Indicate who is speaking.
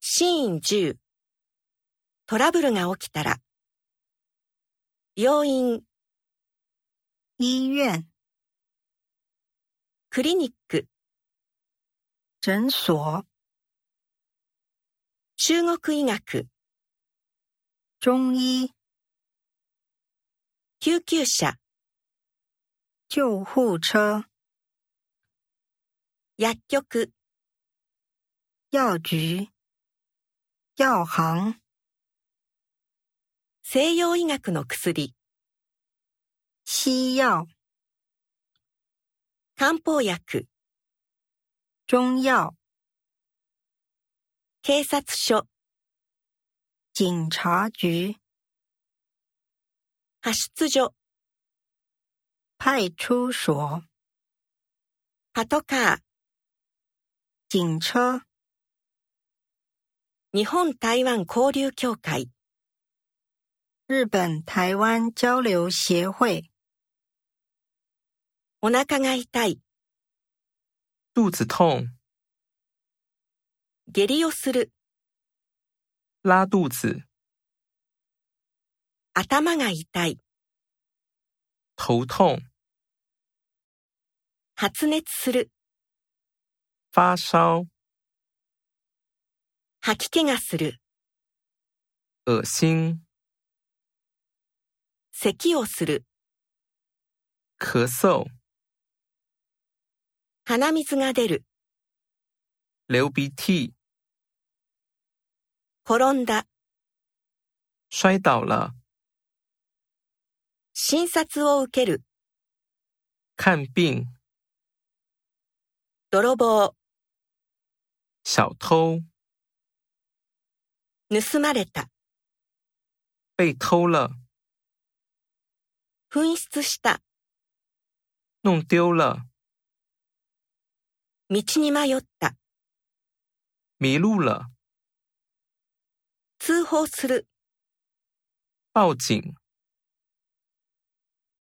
Speaker 1: シーン10トラブルが起きたら病院、
Speaker 2: 医院、
Speaker 1: クリニック、
Speaker 2: 诊所、
Speaker 1: 中国医学、
Speaker 2: 中医、
Speaker 1: 救急車、
Speaker 2: 救护车、
Speaker 1: 薬局、
Speaker 2: 药局、药行、
Speaker 1: 西洋医学の薬、
Speaker 2: 西药、
Speaker 1: 漢方薬、
Speaker 2: 中药、
Speaker 1: 警察署、
Speaker 2: 警察局、
Speaker 1: 派出所、
Speaker 2: 派出所、
Speaker 1: パトカー、
Speaker 2: 警车、
Speaker 1: 日本台湾交流協会、
Speaker 2: 日本台湾交流协会、
Speaker 1: お腹が痛い、
Speaker 3: 肚子痛、
Speaker 1: 下痢をする、
Speaker 3: 拉肚子、
Speaker 1: 頭が痛い、
Speaker 3: 头痛、
Speaker 1: 発熱する、
Speaker 3: 发烧、
Speaker 1: 吐き気がする、
Speaker 3: 恶心、
Speaker 1: 咳をする、
Speaker 3: 咳嗽、
Speaker 1: 鼻水が出る、
Speaker 3: 流鼻涕、
Speaker 1: 転んだ、
Speaker 3: 摔倒了，
Speaker 1: 診察を受ける、
Speaker 3: 看病、
Speaker 1: 泥棒、
Speaker 3: 小偷、
Speaker 1: 盗まれた、
Speaker 3: 被偷了、
Speaker 1: 紛失した、
Speaker 3: 弄丢了，
Speaker 1: 道に迷った、
Speaker 3: 迷路了，
Speaker 1: 通報する。
Speaker 3: 报警。